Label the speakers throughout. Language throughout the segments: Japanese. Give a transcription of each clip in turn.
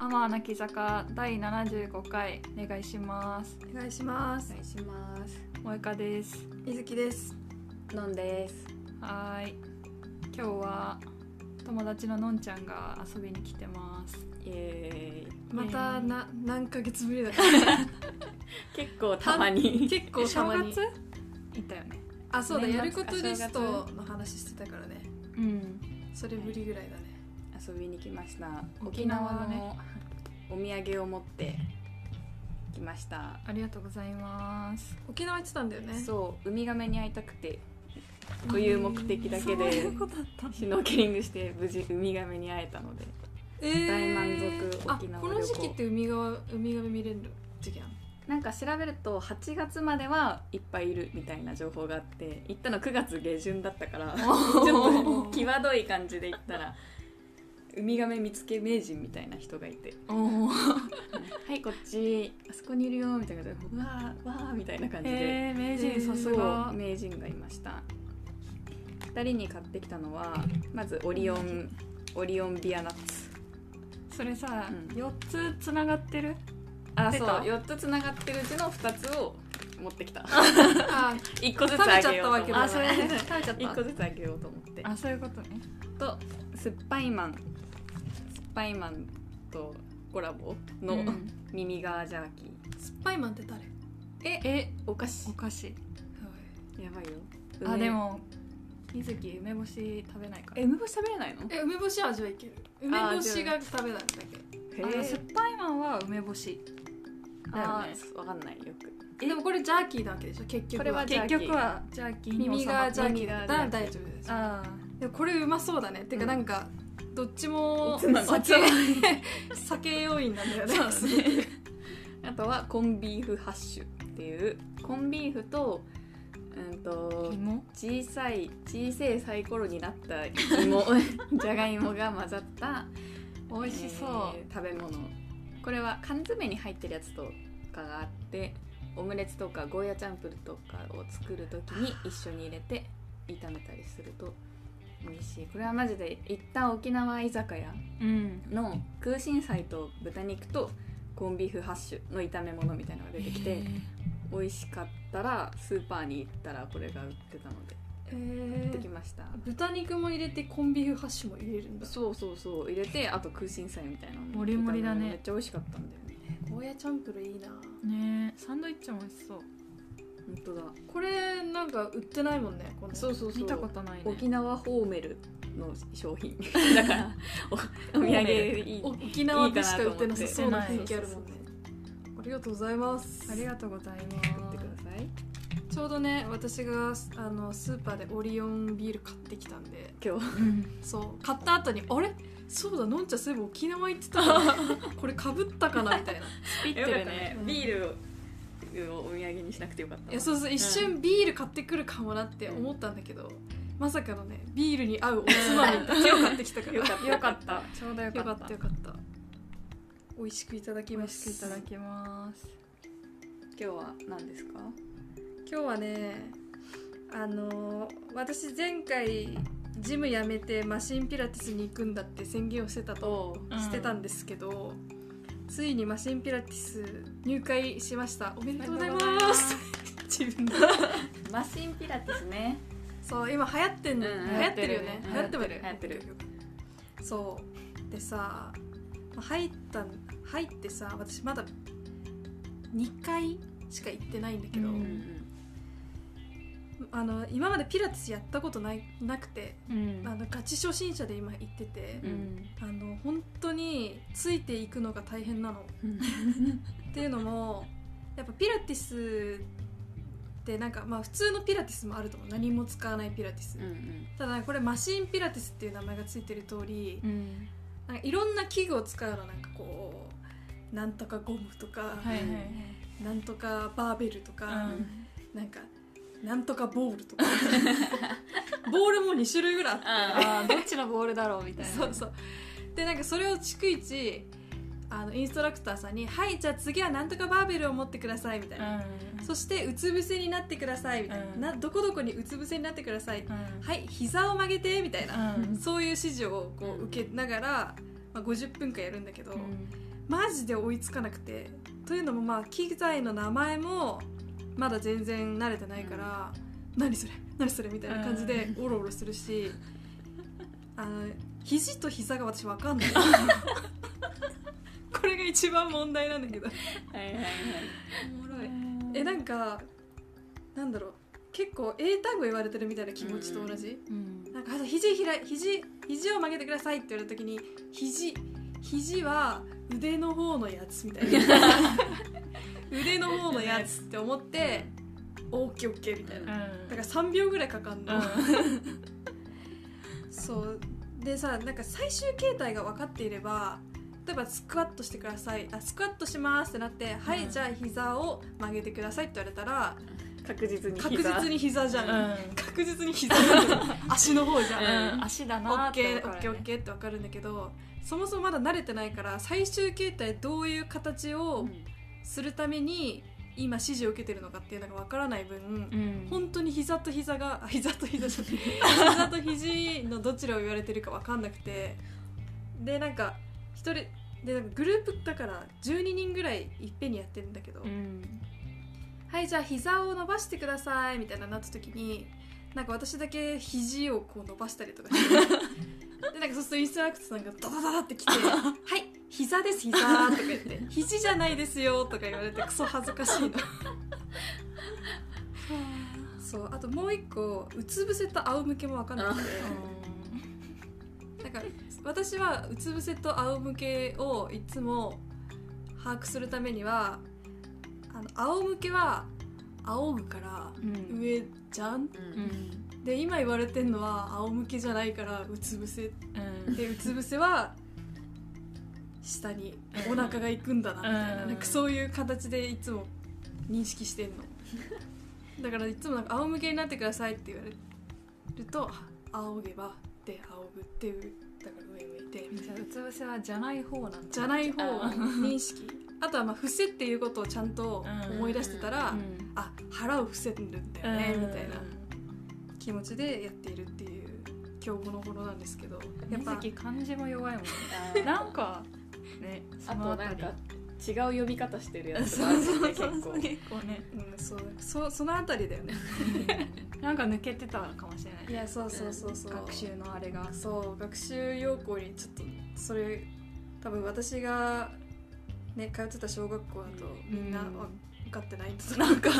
Speaker 1: マー泣き坂第75回お願いします
Speaker 2: お願いします
Speaker 3: お願いします
Speaker 1: 萌香です
Speaker 2: みずきです
Speaker 3: のんです
Speaker 1: はーい今日は友達ののんちゃんが遊びに来てます
Speaker 3: イエーイ
Speaker 2: また
Speaker 1: ね
Speaker 2: な何ヶ月ぶ りだ
Speaker 3: 結構たまに
Speaker 2: 結構た
Speaker 1: 正
Speaker 2: まに
Speaker 1: 月いたよね
Speaker 2: あそうだ
Speaker 3: 年末
Speaker 2: やることリスト
Speaker 3: あ
Speaker 2: の話してたからね
Speaker 1: うん
Speaker 2: それぶりぐらいだね
Speaker 3: 遊びに来ました
Speaker 1: 沖
Speaker 3: 沖
Speaker 1: 縄
Speaker 3: 縄
Speaker 1: のね
Speaker 3: のお土産を持って来ました、
Speaker 1: ありがとうございます
Speaker 2: 沖縄行ってたんだよね
Speaker 3: そうウミガメに会いたくてという目的だけで
Speaker 2: そういうことだったんだ
Speaker 3: シュノーケリングして無事ウミガメに会えたので
Speaker 2: えー
Speaker 3: 大満足沖縄
Speaker 2: あこの
Speaker 3: 旅
Speaker 2: 時
Speaker 3: 行
Speaker 2: 期って海側海側見れる時 期なの
Speaker 3: なんか調べると8月まではいっぱいいるみたいな情報があって行ったの9月下旬だったからちょっと際どい感じで行ったらウミガメ見つけ名人みたいな人がいて
Speaker 1: おお
Speaker 3: 「はいこっちあそこにいるよ」みたいな感じで「うわーわー」みたいな感じで、
Speaker 1: えー、名
Speaker 2: え
Speaker 1: 人
Speaker 2: ー
Speaker 1: さす
Speaker 3: そ
Speaker 1: が
Speaker 3: う名人がいました2人に買ってきたのはまずオリオンオリオンビアナッツ
Speaker 1: それさ、
Speaker 3: うん
Speaker 1: 四4つつながってる
Speaker 3: あ
Speaker 1: 出
Speaker 3: そう
Speaker 1: た
Speaker 3: 4つつながってるうちの2つを持ってきた
Speaker 2: あ
Speaker 3: 1個ずつあげようと思
Speaker 2: 食べちゃったわ
Speaker 3: って
Speaker 2: けだあそれ
Speaker 1: ね食べちゃっ
Speaker 3: 1個ずつあげようと思って
Speaker 1: あそういうことね
Speaker 3: と酸っぱいマン酸っぱいマンとコラボの、
Speaker 1: うん
Speaker 3: 耳側ジャーキー
Speaker 2: スパイマンって誰
Speaker 3: え
Speaker 1: え
Speaker 3: お菓子
Speaker 1: お菓子
Speaker 3: やばいよ
Speaker 1: あ
Speaker 3: 梅
Speaker 1: でも水木梅干し食べないから
Speaker 3: え梅干し食べれないの
Speaker 2: え梅干し味はいける梅干しが食べないんだけ
Speaker 3: へ
Speaker 1: あの
Speaker 3: ー
Speaker 1: 酸っぱいマンは梅干し
Speaker 3: だよ
Speaker 1: あ
Speaker 3: ねわかんないよく
Speaker 2: どでもこれジャーキーなわけでしょ結局
Speaker 3: これはジャ
Speaker 1: 結
Speaker 3: ーキー
Speaker 1: 局はジャーキーに収まっ
Speaker 2: 耳がジャーキ
Speaker 3: 耳
Speaker 2: ーだ
Speaker 3: がジャーキ
Speaker 2: か
Speaker 3: ー
Speaker 2: ら大丈夫です
Speaker 1: あ
Speaker 2: でもこれうまそうだねてかなんか、どっちも
Speaker 3: おつまみ
Speaker 2: 酒
Speaker 3: おつ
Speaker 2: 酒要因なんだよね
Speaker 3: そうねあとはコンビーフハッシュっていうコンビーフとうん
Speaker 1: あ
Speaker 3: と
Speaker 1: 芋
Speaker 3: 小さい小さいサイコロになった芋じゃがいもが混ざった
Speaker 1: 美味しそう、
Speaker 3: えー食べ物これは缶詰に入ってるやつとかがあってオムレツとかゴーヤチャンプルとかを作る時に一緒に入れて炒めたりすると美味しいこれはマジで一旦沖縄居酒屋
Speaker 1: うん
Speaker 3: の空心菜と豚肉とコンビーフハッシュの炒め物みたいなのが出てきて美味しかったらスーパーに行ったらこれが売ってたので
Speaker 2: え
Speaker 3: 買ってき
Speaker 2: ー、
Speaker 3: ました
Speaker 2: 豚肉も入れてコンビーフハッシュも入れるんだ
Speaker 3: そうそうそう入れてあと空心菜みたいなの
Speaker 1: もりもりだね
Speaker 3: めっちゃ美味しかったんだよね
Speaker 2: ゴーヤチャンプルいいな
Speaker 1: ねえサンドイッチも美味しそう
Speaker 3: 本当だ
Speaker 2: これなんか売ってないもんねこの
Speaker 3: そうそうそう
Speaker 1: 見たことないね
Speaker 3: 沖縄ホーメルの商 品だからおお土産いい
Speaker 2: お沖縄でしか売ってなさそうない
Speaker 1: い
Speaker 2: 雰
Speaker 1: かなと思って
Speaker 2: 囲気あるもんねありがとうございます
Speaker 1: ありがとうござい
Speaker 3: 買っ
Speaker 1: ま
Speaker 3: て
Speaker 1: す
Speaker 3: ください
Speaker 2: ちょうどね私があのスーパーでオリオンビール買ってきたんで
Speaker 3: 今日
Speaker 1: うん
Speaker 2: そう買った後にあれそうだのんちゃんそういえば沖縄行ってたなこれかぶったかなみたいな
Speaker 1: スピって
Speaker 3: よかっ
Speaker 1: る
Speaker 3: た
Speaker 1: ね
Speaker 3: ねビールをお土産にしなくてよかった
Speaker 2: いやそうそう一瞬ビール買ってくるかもなって
Speaker 3: うん
Speaker 2: 思ったんだけど、まさかのねビールに合うおつまみだけを買ってきたから
Speaker 3: よ
Speaker 2: よか
Speaker 3: かった
Speaker 1: よかったちょうどよかった
Speaker 2: ったよかった美味しくいただき
Speaker 1: 美
Speaker 2: ま
Speaker 1: 味し
Speaker 2: す
Speaker 1: くいただきます
Speaker 3: 今日は何ですか
Speaker 2: 今日はねあのー私前回ジム辞めてマシンピラティスに行くんだって宣言をしてたと
Speaker 3: と
Speaker 1: うん
Speaker 2: してたんですけど、ついにマシンピラティス入会しましたおめでとうございます自分で
Speaker 3: マシンピラティスね
Speaker 2: そう今流行ってんの、
Speaker 3: うん
Speaker 2: 流行ってるよね
Speaker 3: 流
Speaker 2: 流
Speaker 3: 行
Speaker 2: 行
Speaker 3: っ
Speaker 2: ってて
Speaker 3: る
Speaker 2: る
Speaker 3: 流行ってる
Speaker 2: そうでさまあ入ったん入ってさ私まだ2回しか行ってないんだけど、
Speaker 1: う
Speaker 3: うんん
Speaker 2: あの今までピラティスやったことないなくて
Speaker 1: うん
Speaker 2: あのガチ初心者で今行ってて
Speaker 1: う、ん
Speaker 2: あの本当についていくのが大変なの
Speaker 3: うん
Speaker 2: っていうのもやっぱピラティスってなんかまあ普通のピラティスもあると思う何も使わないピラティス、
Speaker 3: うんうん
Speaker 2: ただこれマシンピラティスっていう名前がついてる通り
Speaker 1: う、ん
Speaker 2: なんかいろんな器具を使うのなんかこうなんとかゴムとか、
Speaker 1: はいはい
Speaker 2: なんとかバーベルとか、
Speaker 1: うん
Speaker 2: なんかなんとかボールとか ボールも2種類ぐらいあって
Speaker 3: あ
Speaker 1: あーどっちのボールだろうみたいな
Speaker 2: そうそうでなんかそれを逐一あのインストラクターさんに「はいじゃあ次はなんとかバーベルを持ってください」みたいな、
Speaker 1: ん
Speaker 2: そしてうつ伏せになってくださいみたいな,、
Speaker 1: うん
Speaker 2: などこどこにうつ伏せになってください、
Speaker 1: うん
Speaker 2: はい膝を曲げてみたいな、
Speaker 1: うん
Speaker 2: そういう指示をこう受けながら、まあ、50分間やるんだけど、
Speaker 1: うん
Speaker 2: マジで追いつかなくてというのもまあ機材の名前もまだ全然慣れてないから、何それ何それみたいな感じでオロオロするし、あの肘と膝が私分かんない これが一番問題なんだけど
Speaker 3: はいはいはい
Speaker 2: おもろいえなんかなんだろう結構英単語言われてるみたいな気持ちと同じ、
Speaker 1: うん
Speaker 2: なんかあと肘開い肘肘を曲げてくださいって言われた時に肘肘は腕の方のやつみたいな腕の方のやつって思ってオッケーオッケーみたいなだから3秒ぐらいかかんの、そうでさなんか最終形態が分かっていれば例えばスクワットしてくださいあスクワットしますってなって、はいじゃあ膝を曲げてくださいって言われたら
Speaker 3: 確実に
Speaker 2: 確実
Speaker 3: に
Speaker 2: に膝じゃん、
Speaker 1: う
Speaker 2: 確実に膝じゃん足の方じゃん、
Speaker 3: うん
Speaker 1: ん足だ
Speaker 2: オ
Speaker 1: な
Speaker 2: ッ
Speaker 1: っ
Speaker 2: ケ
Speaker 1: て
Speaker 2: ーオッケーオッケーってわかるんだけどそもそもまだ慣れてないから最終形態どういう形をするために今指示を受けてるのかっていうのがわからない分
Speaker 1: ー
Speaker 2: 本当に膝と膝があ膝と膝じゃない膝と肘のどちらを言われてるかわかんなくてでなんか一人でなんかグループだから12人ぐらいいっぺんにやってるんだけど、はいじゃあ膝を伸ばしてくださいみたいななった時になんか私だけ肘をこう伸ばしたりとかしてでなんかそうするとインストラクターさんがダダダダってきて「 はい膝です膝」とか言って「肘じゃないですよ」とか言われてクソ恥ずかしいの そうあともう一個うつ伏せと仰向けも分かんなくてなんか私はうつ伏せと仰向けをいつも把握するためにはあの仰向けは仰ぐから上じゃんで今言われてんのは仰向けじゃないからうつ伏せでうつ伏せは下にお腹が行くんだなみたいな,、
Speaker 1: うん
Speaker 2: なんかそういう形でいつも認識して んのだからいつもなんか仰向けになってくださいって言われると仰げばで仰ぐっていうだから上向いてみたいな
Speaker 1: うつ伏せはじゃない方なんだ
Speaker 2: じゃない方を
Speaker 3: あ
Speaker 2: 認識あとはまあ伏せっていうことをちゃんと思い出してたら、
Speaker 1: うん
Speaker 2: あ腹を伏せるんだよねみたいな気持ちでやっているっていう今日この頃なんですけどやっぱ
Speaker 1: 水木漢字も弱いもんねなんかね
Speaker 3: あ
Speaker 1: その
Speaker 3: と
Speaker 1: あた
Speaker 3: なん
Speaker 1: り
Speaker 3: か違う呼び方してるやつがあるよね結構
Speaker 1: 結構ね
Speaker 2: うん、そうそそのあたりだよね
Speaker 1: なんか抜けてたかもしれない
Speaker 2: い
Speaker 1: ね
Speaker 2: やそうそうそうそう、
Speaker 1: 学習のあれが
Speaker 2: そう学習要項にちょっとそれ多分私がね通ってた小学校だと
Speaker 3: うん
Speaker 2: みんな
Speaker 1: うん
Speaker 2: 分かってないんだと
Speaker 1: なんか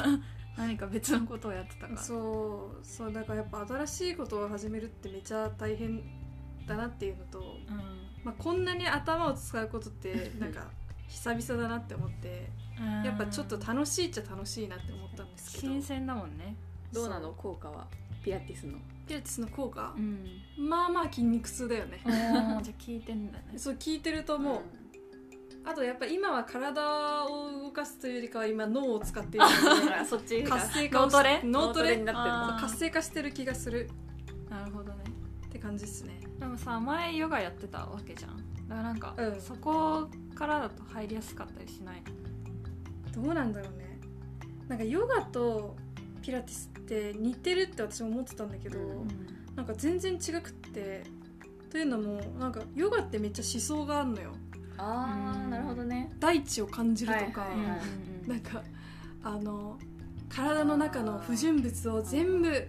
Speaker 1: 何か別のことをやってたから
Speaker 2: そうそうだからやっぱ新しいことを始めるってめちゃ大変だなっていうのと、
Speaker 1: うん
Speaker 2: まあ、こんなに頭を使うことってなんか久々だなって思って
Speaker 1: うん
Speaker 2: やっぱちょっと楽しいっちゃ楽しいなって思ったんですけど
Speaker 1: 新鮮だもんね
Speaker 3: どうなの効果はピラティスの
Speaker 2: ピラティスの効果
Speaker 1: う、 ん
Speaker 2: まあまあ筋肉痛だよね
Speaker 1: おーじゃあ聞いてんだね
Speaker 2: そう聞いてるともう、あとやっぱ今は体を動かすというよりかは今脳を使っているの
Speaker 3: あそっち
Speaker 2: で
Speaker 3: が
Speaker 2: 活性化を
Speaker 1: 脳
Speaker 2: し
Speaker 1: トレ
Speaker 2: 脳トレ
Speaker 3: にな
Speaker 1: あー
Speaker 2: 活性化してる気がする
Speaker 1: なるほどね
Speaker 2: って感じですね
Speaker 1: でもさ前ヨガやってたわけじゃんだからなんか、
Speaker 2: うん
Speaker 1: そこからだと入りやすかったりしない
Speaker 2: どうなんだろうねなんかヨガとピラティスって似てるって私も思ってたんだけど、
Speaker 3: うん
Speaker 2: なんか全然違くってというのもなんかヨガってめっちゃ思想があるのよ
Speaker 3: ああーなるほどね
Speaker 2: 大地を感じるとか、
Speaker 3: はい
Speaker 1: うん
Speaker 3: はいはい
Speaker 2: なんかあの体の中の不純物を全部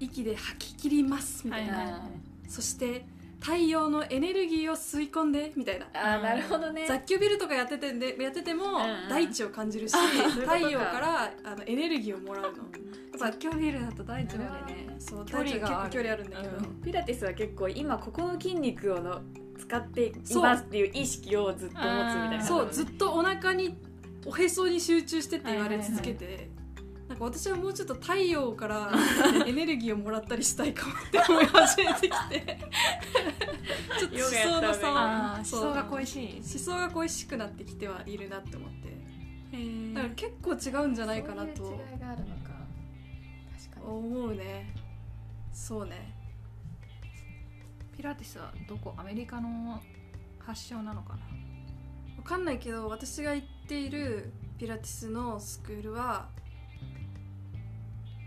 Speaker 2: 息で吐き切りますみたいな、
Speaker 1: はい
Speaker 2: そして太陽のエネルギーを吸い込んでみたいな
Speaker 3: あーなるほどね
Speaker 2: 雑居ビルとかやっててでやってても
Speaker 3: うんうん
Speaker 2: 大地を感じるし、
Speaker 3: そういうことか
Speaker 2: 太陽からあのエネルギーをもらうの
Speaker 1: 雑居ビルだと大地までね
Speaker 2: そう
Speaker 1: 距離
Speaker 2: 大地は
Speaker 1: がある
Speaker 2: 結構距離あるんだけど、
Speaker 1: う
Speaker 3: ピラティスは結構今ここの筋肉をの使っていますっていう意識をずっと持つみたいな
Speaker 1: うん
Speaker 2: そうずっとお腹におへそに集中してって言われ続けて、なんか私はもうちょっと太陽からエネルギーをもらったりしたいかもって思い始めてきてちょっと思想の差
Speaker 1: あ
Speaker 2: は
Speaker 1: あ
Speaker 2: そう
Speaker 1: 思想が恋しい
Speaker 2: 思想が恋しくなってきてはいるなって思って
Speaker 1: へ
Speaker 2: だか
Speaker 1: ー
Speaker 2: ら結構違うんじゃないかな
Speaker 3: そうい
Speaker 2: と
Speaker 3: う違いがあるのか確かに
Speaker 2: 思うねそうね
Speaker 1: ピラティスはどこアメリカの発祥なのかな
Speaker 2: わかんないけど私が行っているピラティスのスクールは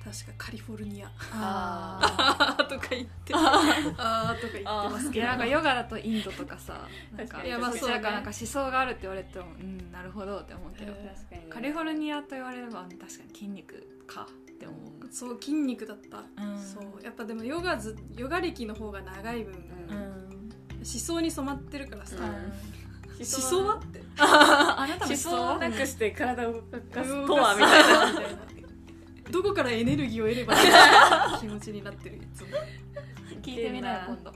Speaker 2: 確かカリフォルニア
Speaker 1: あ
Speaker 3: あーとか言って
Speaker 2: あーとか言ってます
Speaker 1: ーい
Speaker 2: け
Speaker 1: や
Speaker 2: ど
Speaker 1: なんかヨガだとインドとかさなん
Speaker 3: 確か
Speaker 1: か
Speaker 3: に
Speaker 1: いやまあ
Speaker 2: 確
Speaker 1: そ
Speaker 2: か
Speaker 1: うだ
Speaker 2: に
Speaker 1: からなんか思想があるって言われてもうんなるほどって思うけど
Speaker 2: へ
Speaker 3: 確かに
Speaker 1: カリフォルニアと言われれば確かに筋肉かって思う
Speaker 2: そう筋肉だった、
Speaker 1: うん
Speaker 2: そうやっぱでもヨガずヨガ歴の方が長い分、
Speaker 3: ん
Speaker 1: うん
Speaker 2: 思想に染まってるからさ、
Speaker 3: うん
Speaker 2: 思
Speaker 3: 思
Speaker 2: 想はって
Speaker 1: ああなたも
Speaker 3: 思
Speaker 1: 思想
Speaker 3: 想なくして体を動かすと
Speaker 2: 動か
Speaker 3: は
Speaker 2: す
Speaker 3: みたいな
Speaker 2: みたいな どこからエネルギーを得ればいいのか気持ちになってるいつも
Speaker 1: 聞いてみなよ今度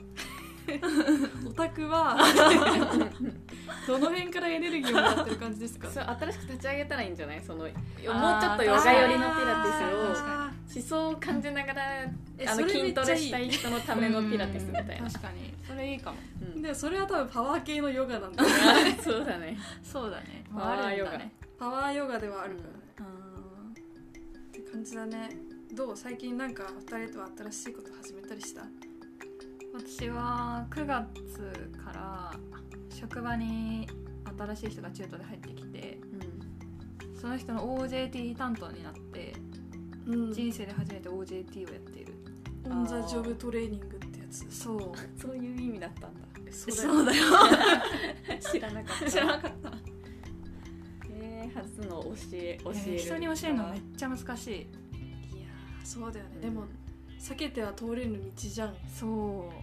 Speaker 2: オタク はどの辺からエネルギーをもらってる感じですか
Speaker 3: そう新しく立ち上げたらいいんじゃないそのよもうちょ
Speaker 1: あー
Speaker 3: っとヨガ寄りのピラ
Speaker 1: 確か
Speaker 3: ティスを思想を感じながら
Speaker 2: え
Speaker 3: あ
Speaker 2: そ
Speaker 3: の
Speaker 2: れめ
Speaker 3: 筋
Speaker 2: っち
Speaker 3: ト
Speaker 2: ゃ
Speaker 3: レしたい人のためのピラティスみたいな
Speaker 1: うん確かにそれいいかも
Speaker 3: うん
Speaker 2: でそれは多分パワー系のヨガなんだよ
Speaker 3: そうだね
Speaker 1: そうだね
Speaker 3: パワー
Speaker 1: まああるん
Speaker 3: ヨ
Speaker 1: だ
Speaker 3: ガ
Speaker 1: ね
Speaker 2: パワーヨガではあるからね、
Speaker 1: うん
Speaker 2: って感じだねどう最近なんか2人とは新しいこと始めたりした
Speaker 1: 私は9月から職場に新しい人が中途で入ってきてその人の OJT 担当になって
Speaker 2: うん
Speaker 1: 人生で初めて OJT をやっている
Speaker 2: オン・ザ・ジョブトレーニングってやつ
Speaker 1: そう
Speaker 3: そういう意味だったんだ
Speaker 2: そう
Speaker 1: そうだよ
Speaker 3: 知らなかった
Speaker 1: 知らなかった
Speaker 3: えー、初の教え教える、
Speaker 1: ね人に教えるのめっちゃ難しい
Speaker 2: いやーそうだよね、
Speaker 3: うん
Speaker 2: でも避けては通れぬ道じゃん
Speaker 1: そ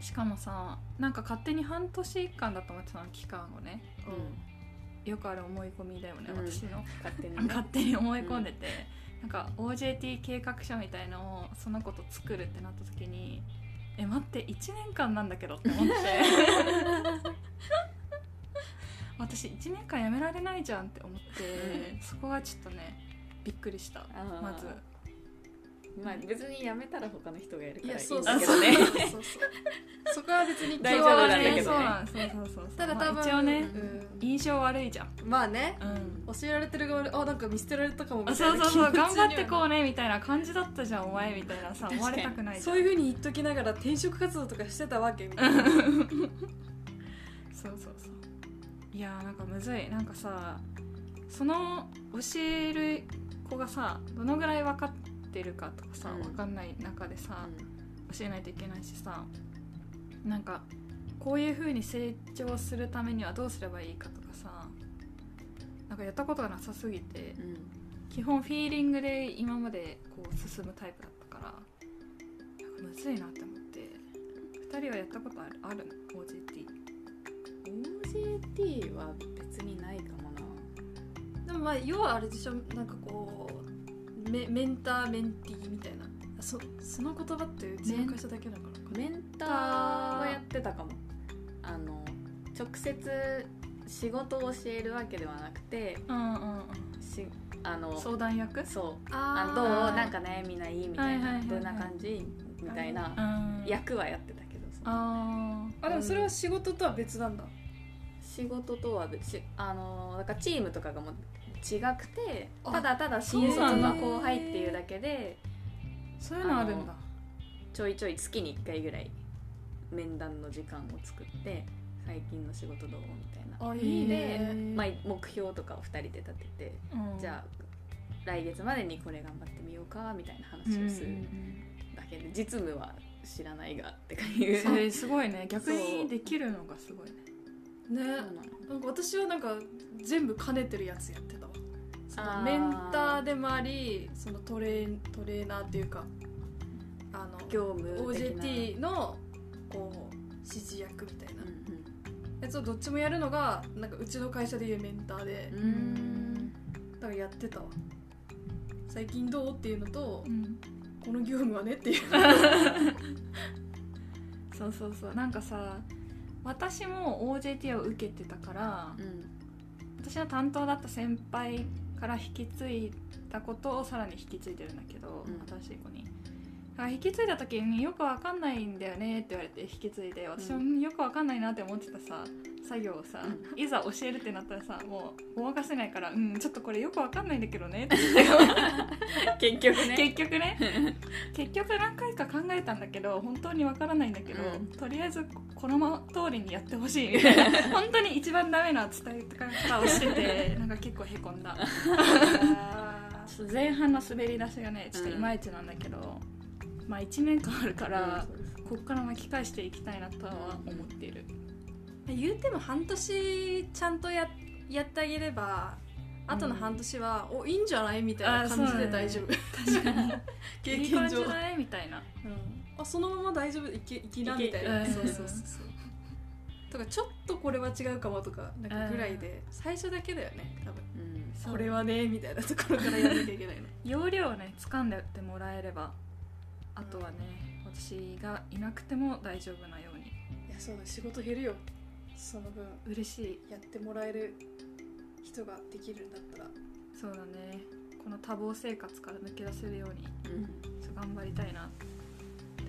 Speaker 1: うしかもさなんか勝手に半年間だと思ってたの期間をね、
Speaker 3: うん
Speaker 1: よくある思い込みだよね、
Speaker 3: うん
Speaker 1: 私の
Speaker 3: 勝手にね
Speaker 1: 勝手に思い込んでて、なんか OJT 計画書みたいのをそのこと作るってなった時にえ待って1年間なんだけどって思って 私1年間やめられないじゃんって思って、
Speaker 3: うん
Speaker 1: そこがちょっとねびっくりした
Speaker 3: あー
Speaker 1: まず
Speaker 3: まあ別にやめたら他の人がやるからいい
Speaker 2: そうんそ
Speaker 3: だ
Speaker 2: う
Speaker 3: け
Speaker 2: そう
Speaker 3: どね
Speaker 2: そうそこは別に
Speaker 3: 大丈夫なんだけどね
Speaker 1: そうなんそうそうそうそう
Speaker 2: ただ多分、
Speaker 1: まあ一応ね、
Speaker 2: うん
Speaker 1: 印象悪いじゃん、
Speaker 2: まあね
Speaker 1: うん、
Speaker 2: 教えられてる側であなんか見捨てられたかもみたい
Speaker 1: そう
Speaker 2: な
Speaker 1: そうそう
Speaker 2: 気持ち
Speaker 1: 頑
Speaker 2: には
Speaker 1: 張ってこうねみたいな感じだったじゃんお前みたいなさ
Speaker 3: 確かに
Speaker 1: 思われたくないじゃん
Speaker 2: そういうふうに言っときながら転職活動とかしてたわけみたいな
Speaker 1: そうそうそういやーなんかむずいなんかさその教える子がさどのぐらい分かってるかとかさ、
Speaker 3: うん
Speaker 1: 分かんない中でさ、教えないといけないしさなんかこういうふうに成長するためにはどうすればいいかとかさなんかやったことがなさすぎて
Speaker 3: うん
Speaker 1: 基本フィーリングで今までこう進むタイプだったからなんかむずいなって思って2人はやったことあるあるの OJT
Speaker 3: うん OJT は別にないかもな
Speaker 2: でもまあ要はあれでしょなんかこうメメンターメンティーみたいなそその言葉ってうちの会社だけだからかな
Speaker 3: メンターはやってたかもあの直接仕事を教えるわけではなくて
Speaker 1: うんうん
Speaker 3: しあ
Speaker 1: う
Speaker 3: の
Speaker 1: ん相談役
Speaker 3: そう
Speaker 2: あ
Speaker 3: あ
Speaker 2: ー
Speaker 3: どう
Speaker 1: あー
Speaker 3: なんか悩みないみたい
Speaker 1: はいはいはい
Speaker 3: な
Speaker 1: はい
Speaker 3: どんな感じみたいな
Speaker 1: うん
Speaker 3: 役はやってたけどその
Speaker 1: あー
Speaker 2: あでもそれは仕事とは別なんだ、
Speaker 3: 仕事とは別しあのだからチームとかがもう違くて
Speaker 2: あ
Speaker 3: ただただ新卒の後輩っていうだけで
Speaker 1: そういうのあるんだ
Speaker 3: ちょいちょい月に1回ぐらい面談の時間を作って最近の仕事どうみたいな
Speaker 2: あ
Speaker 1: い
Speaker 2: い
Speaker 1: いね
Speaker 2: いね
Speaker 1: へー
Speaker 3: まあ、目標とかを2人で立ててじゃあ来月までにこれ頑張ってみようかみたいな
Speaker 1: うん
Speaker 3: 話をす
Speaker 1: う
Speaker 3: る
Speaker 1: ん
Speaker 3: だけで実務は知らないがっていう
Speaker 1: うんえーすごいね逆
Speaker 3: そ
Speaker 1: に
Speaker 3: う
Speaker 1: できるのがすごいね
Speaker 2: ね
Speaker 3: そうなの
Speaker 2: なんか私はなんか全部兼ねてるやつやってたわその
Speaker 3: あー
Speaker 2: メンターでもありそのトレートレーナーっていうかあの
Speaker 3: 業務的な
Speaker 2: OJT のこう指示役みたいな
Speaker 3: う
Speaker 2: やつをどっちもやるのがなんかうちの会社でいうメンターで、
Speaker 3: んうん
Speaker 1: ん
Speaker 2: だからやってたわ最近どうっていうのと、
Speaker 1: うん
Speaker 2: この業務はねっていう
Speaker 1: そうそうそうなんかさ私も OJT を受けてたから
Speaker 3: うん
Speaker 1: 私の担当だった先輩から引き継いだことをさらに引き継いでるんだけど、
Speaker 3: うん
Speaker 1: 新しい子に。だから引き継いだ時によくわかんないんだよねって言われて引き継いで私もよくわかんないなって思ってたさ作業をさ、
Speaker 3: う
Speaker 1: いざ教えるってなったらさもうごまかせないからうんちょっとこれよくわかんないんだけどねって
Speaker 3: 結局 ね
Speaker 1: 結局ね結局何回か考えたんだけど本当にわからないんだけど、
Speaker 3: うん
Speaker 1: とりあえずこのまま通りにやってほし いみたいな本当に一番ダメな伝え方をしててなんか結構へこんだ。
Speaker 2: あー
Speaker 1: そう前半の滑り出しがねちょっと
Speaker 3: うん
Speaker 1: いまいちなんだけど、まあ1年間あるか、
Speaker 3: から
Speaker 1: ここから巻き返していきたいなとは思っている、
Speaker 2: 言うても半年ちゃんとややってあげれば後の半年は、おいいんじゃないみたいな
Speaker 1: あそ
Speaker 2: 感じ
Speaker 1: うだ
Speaker 2: で
Speaker 1: ね
Speaker 2: 大丈夫、確かに 経
Speaker 1: いい
Speaker 2: 験
Speaker 1: 感じ
Speaker 2: 上
Speaker 1: じゃないみたいな
Speaker 2: あそのまま大丈夫いけいきなみたい
Speaker 1: い
Speaker 2: な
Speaker 1: け
Speaker 2: そうそうそうそうとかちょっとこれは違うかもとかなんかぐらいで最初だけだよね多分
Speaker 3: うん
Speaker 1: そう
Speaker 2: これはねみたいなところからやらなきゃいけないの
Speaker 1: 容量をね掴んでってもらえればあとはね、私がいなくても大丈夫なように
Speaker 2: いやそうだ仕事減るよその分
Speaker 1: 嬉しい
Speaker 2: やってもらえる人ができるんだったら
Speaker 1: そうだねこの多忙生活から抜け出せるように
Speaker 3: うん
Speaker 1: ちょっと頑張りたいなって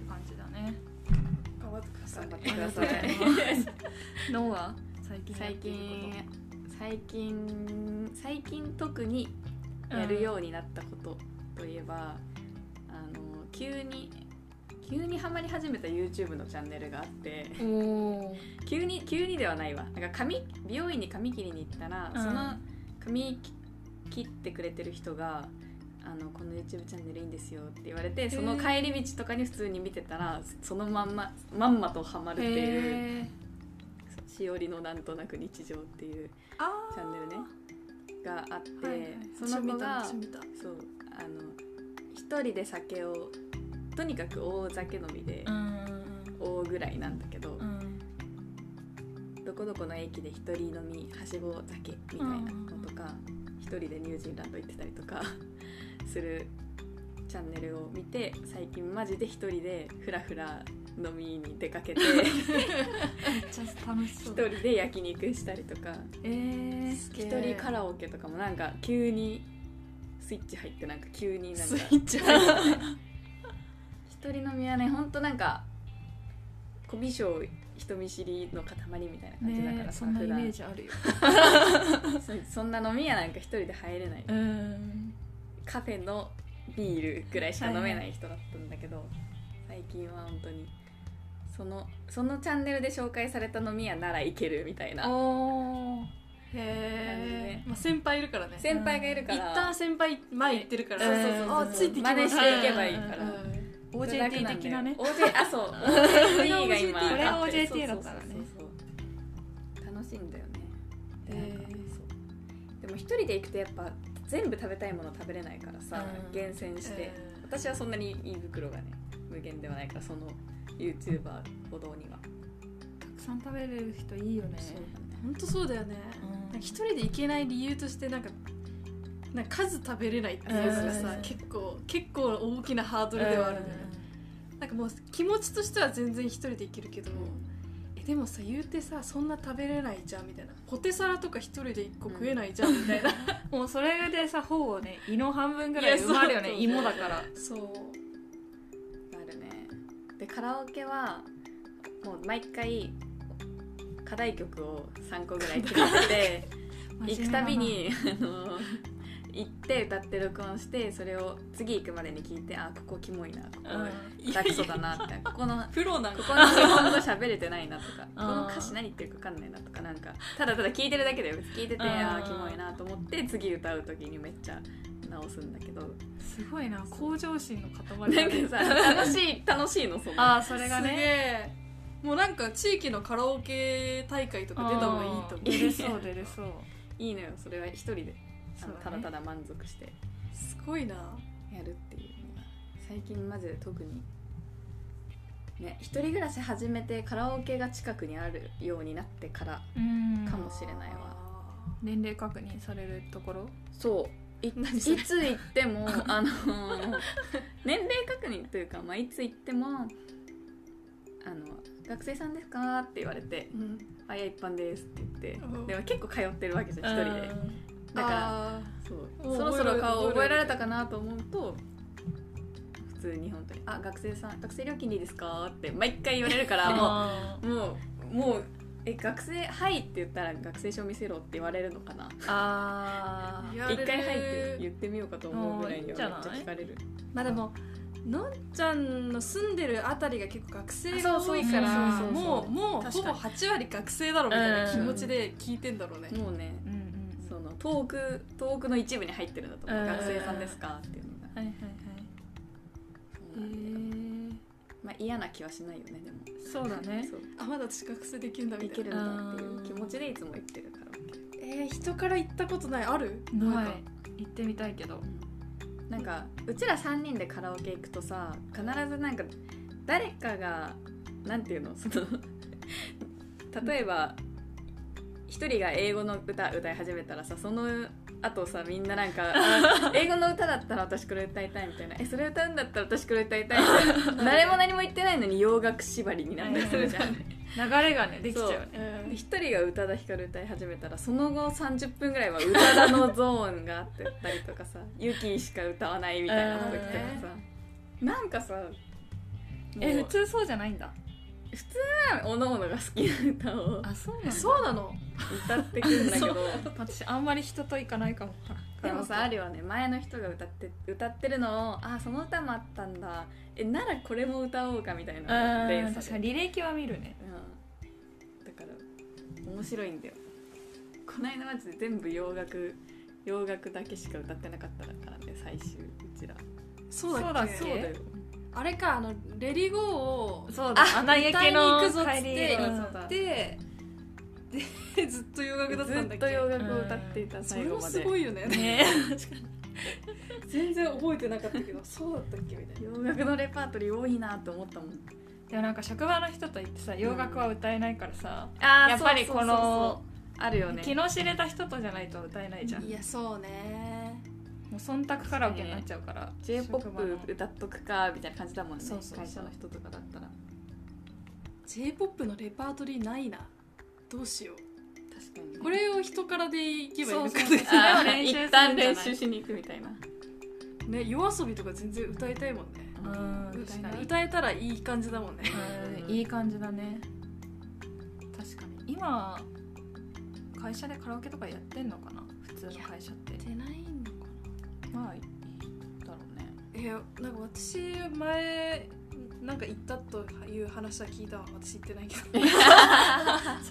Speaker 1: 感じだね
Speaker 2: 頑張ってください
Speaker 3: 頑張ってください
Speaker 1: 脳は最近やっ
Speaker 3: 最
Speaker 1: ている
Speaker 3: 近
Speaker 1: こ
Speaker 3: 最近最近特に
Speaker 1: と
Speaker 3: やるようになったことといえば、あの急に急にハマり始めた YouTube のチャンネルがあって
Speaker 1: うんおー
Speaker 3: 急に急にではないわなんか髪美容院に髪切りに行ったら、
Speaker 1: うん
Speaker 3: その髪き切ってくれてる人が「あのこの YouTube チャンネルいいんですよ」って言われてその帰り道とかに普通に見てたらそのまんままんまとハマるっていう
Speaker 1: へー
Speaker 3: 「しおりのなんとなく日常」っていう
Speaker 2: あー
Speaker 3: チャンネルねがあって、
Speaker 1: はいはい
Speaker 3: その子が
Speaker 2: 私見た私見
Speaker 3: そうあの一人で酒をとにかく大酒飲みで
Speaker 1: うんうん
Speaker 3: 大ぐらいなんだけど、
Speaker 1: うん
Speaker 3: どこどこの駅で一人飲みはしご酒みたいなのとか一、人でニュージーランド行ってたりとかするチャンネルを見て最近マジで一人でふらふら飲みに出か けて
Speaker 1: めっちゃ楽しそ
Speaker 3: 一
Speaker 1: う
Speaker 3: 人で焼肉したりとか
Speaker 1: えー、
Speaker 3: 一人カラオケとかもなんか急にスイッチ入ってなんか急になんか
Speaker 2: スイッチ入る
Speaker 3: 一人飲みはねほんとなんかコミショ人見知りの塊みたいな感じだか
Speaker 1: ね
Speaker 3: ら
Speaker 1: そ
Speaker 3: さ、
Speaker 1: んな
Speaker 3: 普
Speaker 1: イメ
Speaker 3: 段
Speaker 1: ージあるよ
Speaker 3: そそんな飲み屋なんか一人で入れない
Speaker 1: うん
Speaker 3: カフェのビールぐらいしか飲めない人だったんだけど、最近は本当にそのそのチャンネルで紹介された飲み屋なら行けるみたいな
Speaker 1: おー
Speaker 3: 感じで
Speaker 2: へえ、まあ、先輩いるからね
Speaker 3: 先輩がいるか
Speaker 2: 一
Speaker 3: ら、
Speaker 2: 旦先輩前行ってるから、
Speaker 1: うん
Speaker 2: そうそうそう
Speaker 1: あついてきます
Speaker 3: 真似していけばいいから、
Speaker 1: うん
Speaker 3: それだけ
Speaker 1: OJT
Speaker 3: なんだ
Speaker 1: 的
Speaker 3: よ
Speaker 1: なね
Speaker 3: OJ あそう OJT が今
Speaker 1: これが
Speaker 3: あって
Speaker 1: OJT だったらね
Speaker 3: そうそうそうそう楽しいんだよね
Speaker 2: へー
Speaker 3: なんかそうでも一人で行くとやっぱ全部食べたいもの食べれないからさ、
Speaker 1: うん
Speaker 3: 厳選して、私はそんなに胃袋がね無限ではないからその YouTuber ほどには、
Speaker 1: たくさん食べれる人いいよね
Speaker 3: そうだね
Speaker 2: 本当そうだよね、
Speaker 1: うん
Speaker 2: なんか一人で行けない理由としてなんかなんか数食べれないっていうのがさ、
Speaker 1: うん
Speaker 2: 結構結構大きなハードルではあるんだよね、なんかもう気持ちとしては全然一人で行けるけど、えでもさ言うてさそんな食べれないじゃんみたいなポテサラとか一人で一個食えないじゃんみたい な、
Speaker 1: もうそれでさ頬をね胃の半分ぐらい埋まるよね
Speaker 2: いやそう
Speaker 1: 芋だから
Speaker 2: そう
Speaker 3: あるねでカラオケはもう毎回課題曲を3個ぐらい決めて行くたびにあの行って歌って録音してそれを次行くまでに聞いてあここキモいなこ
Speaker 1: う
Speaker 3: こ下手くそだなってここの
Speaker 2: プロなん
Speaker 3: こ
Speaker 2: か
Speaker 3: この日本語喋れてないなとか
Speaker 1: あ
Speaker 3: こ
Speaker 1: ー
Speaker 3: の歌詞何言ってるか分かんないなとかなんかただただ聞いてるだけで聞いてて
Speaker 1: あー
Speaker 3: ああーキモいなと思って次歌う時にめっちゃ直すんだけど
Speaker 1: すごいな向上心の塊だ
Speaker 3: なん
Speaker 1: ね
Speaker 3: かさ楽しい楽しいのその
Speaker 1: ああそれがね
Speaker 2: ねもうなんか地域のカラオケ大会とか出た方がいいと思う
Speaker 1: 出れそう出れそう
Speaker 3: いいのよそれは一人であの
Speaker 1: そ
Speaker 3: た
Speaker 1: うだ
Speaker 3: だ
Speaker 1: ね
Speaker 3: ただ満足して
Speaker 2: すごいな
Speaker 3: やるっていうのが最近マジで特に。ね、一人暮らし始めてカラオケが近くにあるようになってから
Speaker 1: うん
Speaker 3: かもしれないわ
Speaker 1: 年齢確認されるところ
Speaker 3: そうい
Speaker 2: 何
Speaker 3: い
Speaker 2: それ
Speaker 3: つ行っても あの年齢確認というか、まあ、いつ行ってもあの「学生さんですか?」って言われて
Speaker 2: うん
Speaker 3: 「あいや一般です」って言って、
Speaker 2: うん
Speaker 3: でも結構通ってるわけじゃん一人でだから
Speaker 2: あ
Speaker 3: そう
Speaker 2: もう
Speaker 3: そろそろ顔
Speaker 2: 覚
Speaker 3: 覚
Speaker 2: え
Speaker 3: え
Speaker 2: ら
Speaker 3: ら
Speaker 2: れ
Speaker 3: れ
Speaker 2: た
Speaker 3: たかなと思うと普通に本当に「あ学生さん学生料金でいいですか?」って毎回言われる からもう
Speaker 1: あ
Speaker 3: もうもうえ学生はいって言ったら学生証見せろって言われるのかな
Speaker 1: あ
Speaker 2: ー
Speaker 1: ー
Speaker 2: 言われ
Speaker 3: 一
Speaker 2: る
Speaker 3: 回はいって言ってみようかと思うぐらいにはめっちゃ聞かれる
Speaker 2: まあでものんちゃんの住んでるあたりが結構学生が多いか
Speaker 1: あ
Speaker 2: ら
Speaker 1: そうそうそう
Speaker 3: そ
Speaker 2: も
Speaker 3: う
Speaker 2: うもうほ
Speaker 1: 確
Speaker 2: ぼ
Speaker 1: かに
Speaker 2: 8割学生だろみたいな気
Speaker 1: うん
Speaker 2: 持ちで聞いてんだろうね、
Speaker 3: もうね
Speaker 1: うんうん
Speaker 3: そのトークトークの一部に入ってるんだと思
Speaker 1: う
Speaker 3: うん学生さんですかっていうのが
Speaker 1: はいはいはい
Speaker 3: そうなんでまあ嫌な気はしないよねでも
Speaker 1: そうだね
Speaker 3: そう
Speaker 2: あまだ私学生できるんだみ
Speaker 3: で
Speaker 2: た
Speaker 3: き
Speaker 2: いな
Speaker 3: るんだっていう気持ちでいつも言ってるから
Speaker 2: えー、人から言ったことないある
Speaker 1: な
Speaker 2: 萌
Speaker 1: い
Speaker 2: 香
Speaker 1: 行ってみたいけど
Speaker 3: なんかうちら3人でカラオケ行くとさ必ずなんか誰かがなんていうのその例えば一人が英語の歌歌い始めたらさその後さみんななんかあ英語の歌だったら私これ歌いたいみたいなえそれ歌うんだったら私これ歌いたいみたいな誰も何も言ってないのに洋楽縛りになったりするじゃん
Speaker 1: 流れがねできちゃうよね
Speaker 2: うん
Speaker 3: で一人が宇多田ヒカル歌い始めたらその後30分ぐらいは宇多田のゾーンがあってたりとか さ「ユキしか歌わない」みたいなこと言ってたらさなんかさもう
Speaker 1: え普通そうじゃないんだ
Speaker 3: 普通はおのおのが好きな歌を
Speaker 1: あそう
Speaker 2: えそうなの
Speaker 3: 歌ってくん だけど
Speaker 1: 私あんまり人と行かないかも
Speaker 3: でもさあるよね前の人が歌って歌ってるのを「あその歌もあったんだえならこれも歌おうか」みたいな連
Speaker 1: うん確
Speaker 3: 鎖で
Speaker 1: かに履歴は見るね
Speaker 3: うんだから面白いんだよこの間マジで全部洋楽洋楽だけしか歌ってなかったからね最終うちら
Speaker 2: そう
Speaker 1: そ
Speaker 2: だ
Speaker 1: う
Speaker 2: っ
Speaker 1: だっ
Speaker 2: け
Speaker 1: け
Speaker 3: そうだよ
Speaker 2: あれかあのレリゴーを
Speaker 1: そうだ穴
Speaker 2: 歌い
Speaker 1: 焼
Speaker 2: に
Speaker 1: けの
Speaker 2: 行くぞっつっ
Speaker 1: 帰り
Speaker 2: て
Speaker 1: う
Speaker 3: うんん
Speaker 2: 行ってで ずっと洋楽だったん
Speaker 3: ず
Speaker 2: だ
Speaker 3: っ
Speaker 2: っ
Speaker 3: と洋
Speaker 2: け
Speaker 3: 楽を歌っていた
Speaker 2: そ
Speaker 3: 最
Speaker 2: れ
Speaker 3: 後
Speaker 2: も
Speaker 3: ますで
Speaker 2: ごいよね
Speaker 1: ね
Speaker 2: 全然覚えてなかったけどそうだったっけみたいな
Speaker 3: 洋楽のレパートリー多いなと思ったもん
Speaker 1: でもなんか職場の人と行ってさ洋楽は歌えないからさ、
Speaker 3: あ
Speaker 1: やっぱりこの
Speaker 3: あるよね
Speaker 1: 気の知れた人とじゃないと歌えないじゃんも
Speaker 2: いやそうね
Speaker 1: う忖度カラオケになっちゃうから
Speaker 3: j p o
Speaker 1: 職場の
Speaker 3: p 歌っとくかみたいな感じだもんね
Speaker 1: そうそうそう
Speaker 3: 会社の人とかだったら
Speaker 2: j p o p のレパートリーないなどうしよう
Speaker 3: 確かに
Speaker 2: これを人からでいけばいいのか
Speaker 1: そうそうそう
Speaker 2: ね
Speaker 3: あ
Speaker 1: でも練習するんじゃ
Speaker 3: 一
Speaker 1: な
Speaker 3: 旦
Speaker 1: い
Speaker 3: 練習しに行くみたいな
Speaker 2: ね夜遊びとか全然歌いたいもんね
Speaker 1: うん
Speaker 3: うん
Speaker 1: 確かに
Speaker 2: 歌えたらいい感じだもんね
Speaker 1: うんいい感じだね確かに今会社でカラオケとかやってんのかな普通の会社って
Speaker 2: てないのか
Speaker 3: まあいいだろうね
Speaker 2: ないやなんか私前なんか行ったという話は聞いたわ私行ってないけど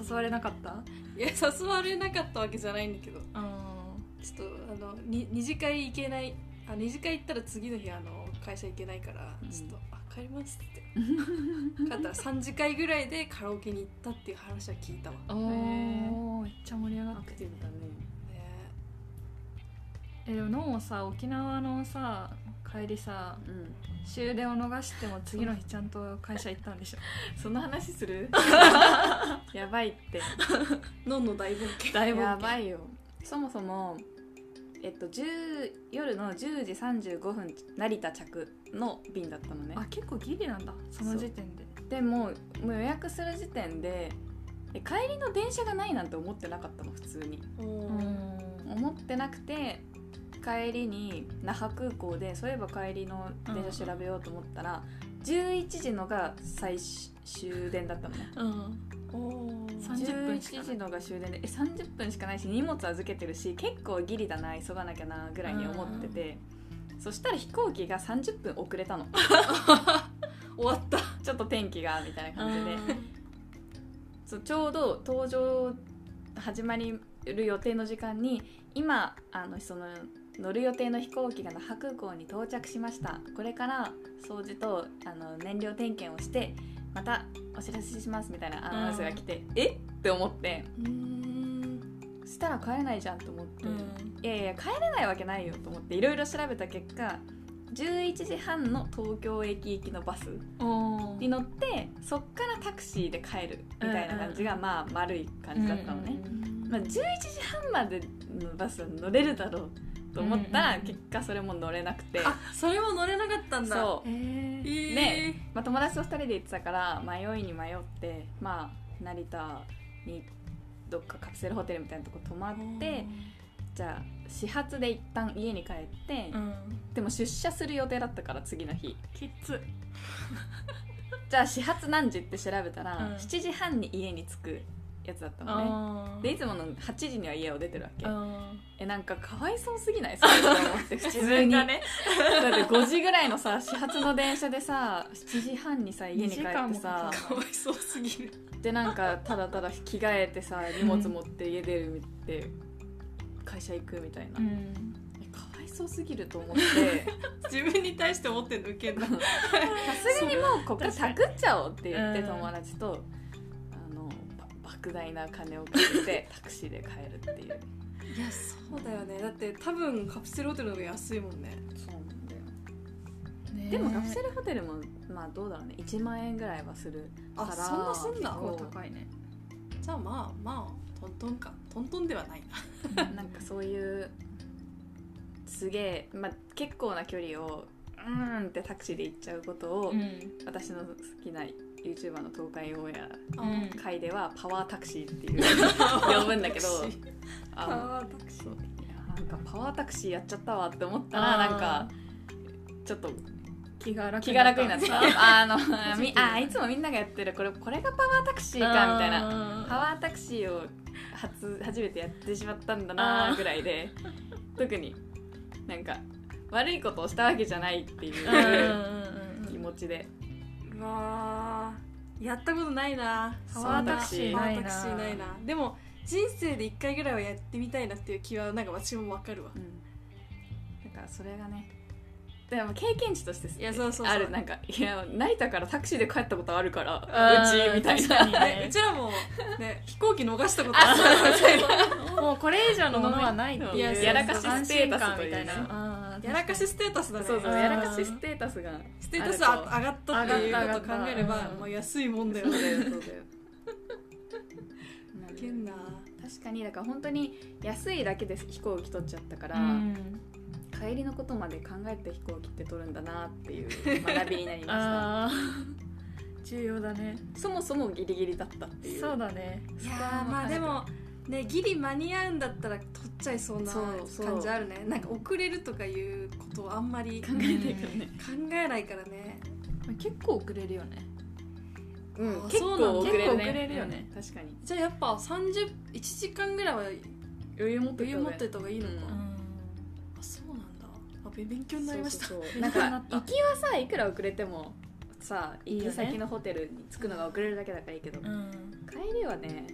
Speaker 1: 誘われなかった
Speaker 2: いや誘われなかったわけじゃないんだけど
Speaker 1: うん
Speaker 2: ちょっとあのに二次会行けないあ二次会行ったら次の日あの会社行けないから
Speaker 3: うん
Speaker 2: ちょっと、あ帰りますって帰ったら3次会ぐらいでカラオケに行ったっていう話は聞いたわね
Speaker 1: おーめっちゃ盛り上が
Speaker 3: ア
Speaker 1: っ
Speaker 3: ク
Speaker 1: て
Speaker 3: ティブだね
Speaker 1: えでもノンもさ沖縄のさ帰りさ
Speaker 3: うん
Speaker 1: 終電を逃しても次の日ちゃんと会社行ったんでしょ
Speaker 3: その話す るやばいって
Speaker 2: のんの大冒険
Speaker 3: だいぶやばいよそもそもえっと10夜の10時35分成田着の便だったのね
Speaker 1: あ結構ギリなんだその時点で
Speaker 3: でももう予約する時点でえ帰りの電車がないなんて思ってなかったの普通に
Speaker 2: お
Speaker 1: う
Speaker 2: ー
Speaker 3: 思ってなくて帰りに那覇空港でそういえば帰りの電車調べようと思ったら、11時のが最終電だったのね
Speaker 1: うん
Speaker 2: おー
Speaker 1: 三30分しかない
Speaker 3: 11時のが終電でえ30分しかないし荷物預けてるし結構ギリだな急がなきゃなぐらいに思ってて、そしたら飛行機が30分遅 れたの
Speaker 2: 終わった
Speaker 3: ちょっと天気がみたいな感じ
Speaker 1: う
Speaker 3: で
Speaker 1: ん
Speaker 3: そうちょうど搭乗始まりる予定の時間に今あのその乗る予定の飛行機が那覇空港に到着しましたこれから掃除とあの燃料点検をしてまたお知らせしますみたいなアナウンスが来て、えって思って
Speaker 2: うーん
Speaker 3: そしたら帰れないじゃんと思って、
Speaker 1: うん
Speaker 3: いやいや帰れないわけないよと思っていろいろ調べた結果11時半の東京駅行きのバス
Speaker 1: おー
Speaker 3: に乗ってそっからタクシーで帰るみたいな感じが、まあ丸い感じだったのね、
Speaker 1: うん
Speaker 3: まあ、11時半までのバスは乗れるだろうと思ったら、
Speaker 1: うんうんうん
Speaker 3: 結果それも乗れなくて
Speaker 2: あそれも乗れなかったんだ
Speaker 3: そ
Speaker 1: え
Speaker 3: う、
Speaker 1: ー
Speaker 2: えー、
Speaker 3: ねまあ、友達と2人で行ってたから迷いに迷ってまあ成田にどっかカプセルホテルみたいなとこ泊まってじゃあ始発で一旦家に帰って、
Speaker 1: うん
Speaker 3: でも出社する予定だったから次の日
Speaker 1: キッズ
Speaker 3: じゃあ始発何時って調べたら、
Speaker 1: うん
Speaker 3: 7時半に家に着くやつだったのね
Speaker 1: あー
Speaker 3: でいつもの8時には家を出てるわけ
Speaker 1: あ
Speaker 3: えなんかかわいそうすぎないそれと 思って普
Speaker 1: ー
Speaker 3: 通に、
Speaker 1: 自分がね
Speaker 3: だって5時ぐらいのさ始発の電車でさ7時半にさ家に帰っ
Speaker 1: 二時間
Speaker 3: て
Speaker 1: も
Speaker 3: さ
Speaker 1: か
Speaker 2: かわいそうすぎる
Speaker 3: でなんかただただ着替えてさ荷物持って家出るって、会社行くみたいな、
Speaker 1: ん
Speaker 3: かわいそうすぎると 思って
Speaker 2: 自分に対して思ってんのウケんな
Speaker 3: さすがにもうここ
Speaker 1: 確か
Speaker 3: た
Speaker 1: に
Speaker 3: くっちゃおうって言って
Speaker 1: うん
Speaker 3: 友達とあのば莫大な金をかけ てタクシーで帰るっていう
Speaker 2: いやそうだよねだって多分カプセルホテルの方が安いもんね
Speaker 3: そうなんだよ
Speaker 1: ね
Speaker 3: でもカプセルホテルもまあどうだろうね1万円ぐらいはする
Speaker 2: あ
Speaker 3: から
Speaker 2: そんなすん
Speaker 1: 結
Speaker 2: だ
Speaker 1: 構高いね
Speaker 2: じゃあまあまあトントンかトントンではないな
Speaker 3: なんかそういうすげえ、まあ、結構な距離をうーんってタクシーで行っちゃうことを、
Speaker 1: うん
Speaker 3: 私の好きな YouTuber の東海オンエア
Speaker 1: うん
Speaker 2: うん
Speaker 3: 会ではパワータクシーっていう 呼ぶんだけど
Speaker 2: タクシ
Speaker 3: あ
Speaker 1: パワータクシ
Speaker 3: そういやなんかパワータクシーやっちゃったわって思ったらなんかちょっと
Speaker 1: 気が楽
Speaker 3: 気が楽になって あ の
Speaker 1: ジテ
Speaker 3: み
Speaker 1: ィブな
Speaker 3: あいつもみんながやってるこれこれがパワータクシーかみたいなパ
Speaker 1: な
Speaker 3: ワータクシーを初初めてやってしまったんだなーぐらいで特になんか悪いことをしたわけじゃないっていう気持ちで
Speaker 2: うわーやったことないな
Speaker 1: パ
Speaker 3: ワータクシー
Speaker 2: パワ
Speaker 1: ないな
Speaker 2: ータクシーないなでも人生で一回ぐらいはやってみたいなっていう気はなんか私もわかるわ
Speaker 3: なんかそれがねでも経験値として
Speaker 2: いやそうそうそう
Speaker 3: あるなんかいや成田からタクシーで帰ったことあるから
Speaker 1: あ
Speaker 3: うち
Speaker 1: ー
Speaker 3: みたい
Speaker 1: 確かに
Speaker 3: な
Speaker 2: ねうちらも ね飛行機逃したことある
Speaker 1: もうこれ以上のものはないって
Speaker 3: い
Speaker 1: い
Speaker 3: や
Speaker 1: う
Speaker 3: やらかしステータスと
Speaker 1: 安心感
Speaker 3: いう
Speaker 1: みたいな
Speaker 2: やらかし
Speaker 1: ス
Speaker 2: ステータスだね
Speaker 3: そうそう
Speaker 1: あー
Speaker 3: やらかしステータスが
Speaker 2: ステータスあ上がったっていう
Speaker 1: 上が
Speaker 2: こ
Speaker 1: っ
Speaker 2: と
Speaker 1: た
Speaker 2: を考えれ
Speaker 1: 上がっ
Speaker 2: ば
Speaker 1: た
Speaker 2: まあ安いもんだよ
Speaker 3: そう
Speaker 2: ね
Speaker 3: だよそうだよ
Speaker 2: いけんな
Speaker 3: 確かにだから本当に安いだけで飛行機取っちゃったから、
Speaker 1: うん
Speaker 3: 帰りのことまで考えて飛行機って取るんだなっ ていう学びになりました
Speaker 1: あー重要だね
Speaker 3: そもそもギリギリだったっていう
Speaker 1: そうだね
Speaker 2: いやーまあでもねギリ間に合うんだったら取っちゃいそうな
Speaker 3: そうそう
Speaker 2: 感じあるねなんか遅れるとかいうことをあんまり
Speaker 3: 考
Speaker 2: 考
Speaker 3: えないからね、
Speaker 2: えないからね
Speaker 1: 結構遅れるよね
Speaker 3: うん
Speaker 2: あ
Speaker 3: 結
Speaker 2: そうなんだ
Speaker 3: 構遅れるね
Speaker 1: 結構遅れるよね
Speaker 3: うん確かに
Speaker 2: じゃあやっぱ301時間ぐらいは
Speaker 3: 余裕持って
Speaker 2: 余裕持ってた方がいいのか、
Speaker 3: うん
Speaker 2: あそうなんだあべ勉強になりました
Speaker 3: そうそうそうなん
Speaker 1: 勉強にな
Speaker 3: か
Speaker 1: った
Speaker 3: 行きはさいくら遅れてもさ行
Speaker 1: いよ
Speaker 3: き
Speaker 1: ね
Speaker 3: 先のホテルに着くのが遅れるだけだからいいけど、
Speaker 1: うん
Speaker 3: 帰りはね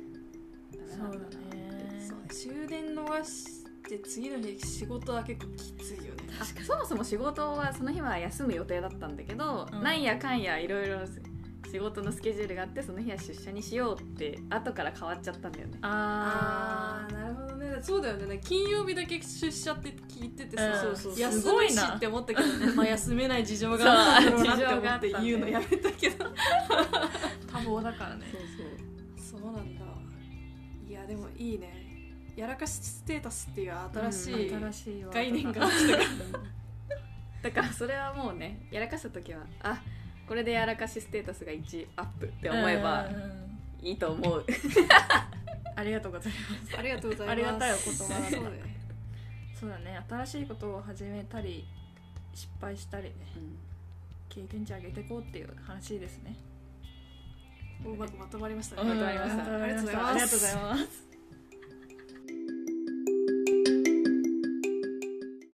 Speaker 3: ダメ
Speaker 1: そ
Speaker 3: な
Speaker 1: うんだ
Speaker 3: な
Speaker 1: ね
Speaker 2: そう終電逃して次の日仕事は結構きついよね
Speaker 3: あそもそも仕事はその日は休む予定だったんだけど、
Speaker 1: うん
Speaker 3: なんやかんやいろいろ仕事のスケジュールがあってその日は出社にしようって後から変わっちゃったんだよね
Speaker 1: あ
Speaker 2: あーなるほどねそうだよね金曜日だけ出社って聞いててさ、
Speaker 1: うん
Speaker 3: そうそうそう
Speaker 2: 休
Speaker 1: すご
Speaker 2: む
Speaker 1: い
Speaker 2: し
Speaker 1: な
Speaker 2: って思ったけど、まあ休めない事情があるんだろうな
Speaker 3: そう
Speaker 2: って思って言うのやめたけど
Speaker 1: ー多忙だからね
Speaker 3: うそう
Speaker 2: そうなんだいやでもいいねやらかしステータスっていう新しい、
Speaker 1: 新しいワード
Speaker 2: 概念が
Speaker 3: だからそれはもうねやらかした時はあこれでやらかしステータスが1アップって思えば
Speaker 1: うんうんうん
Speaker 3: いいと思う、
Speaker 1: ありがとうございま
Speaker 2: ありがとうございます
Speaker 1: ありがたいお言葉だね
Speaker 2: そうだね
Speaker 1: すそうだね新しいことを始めたり失敗したりね経験値上げてこうっていう話ですね
Speaker 2: うまくまとまりましたね。
Speaker 3: うんまとまりました
Speaker 1: ありがとうございます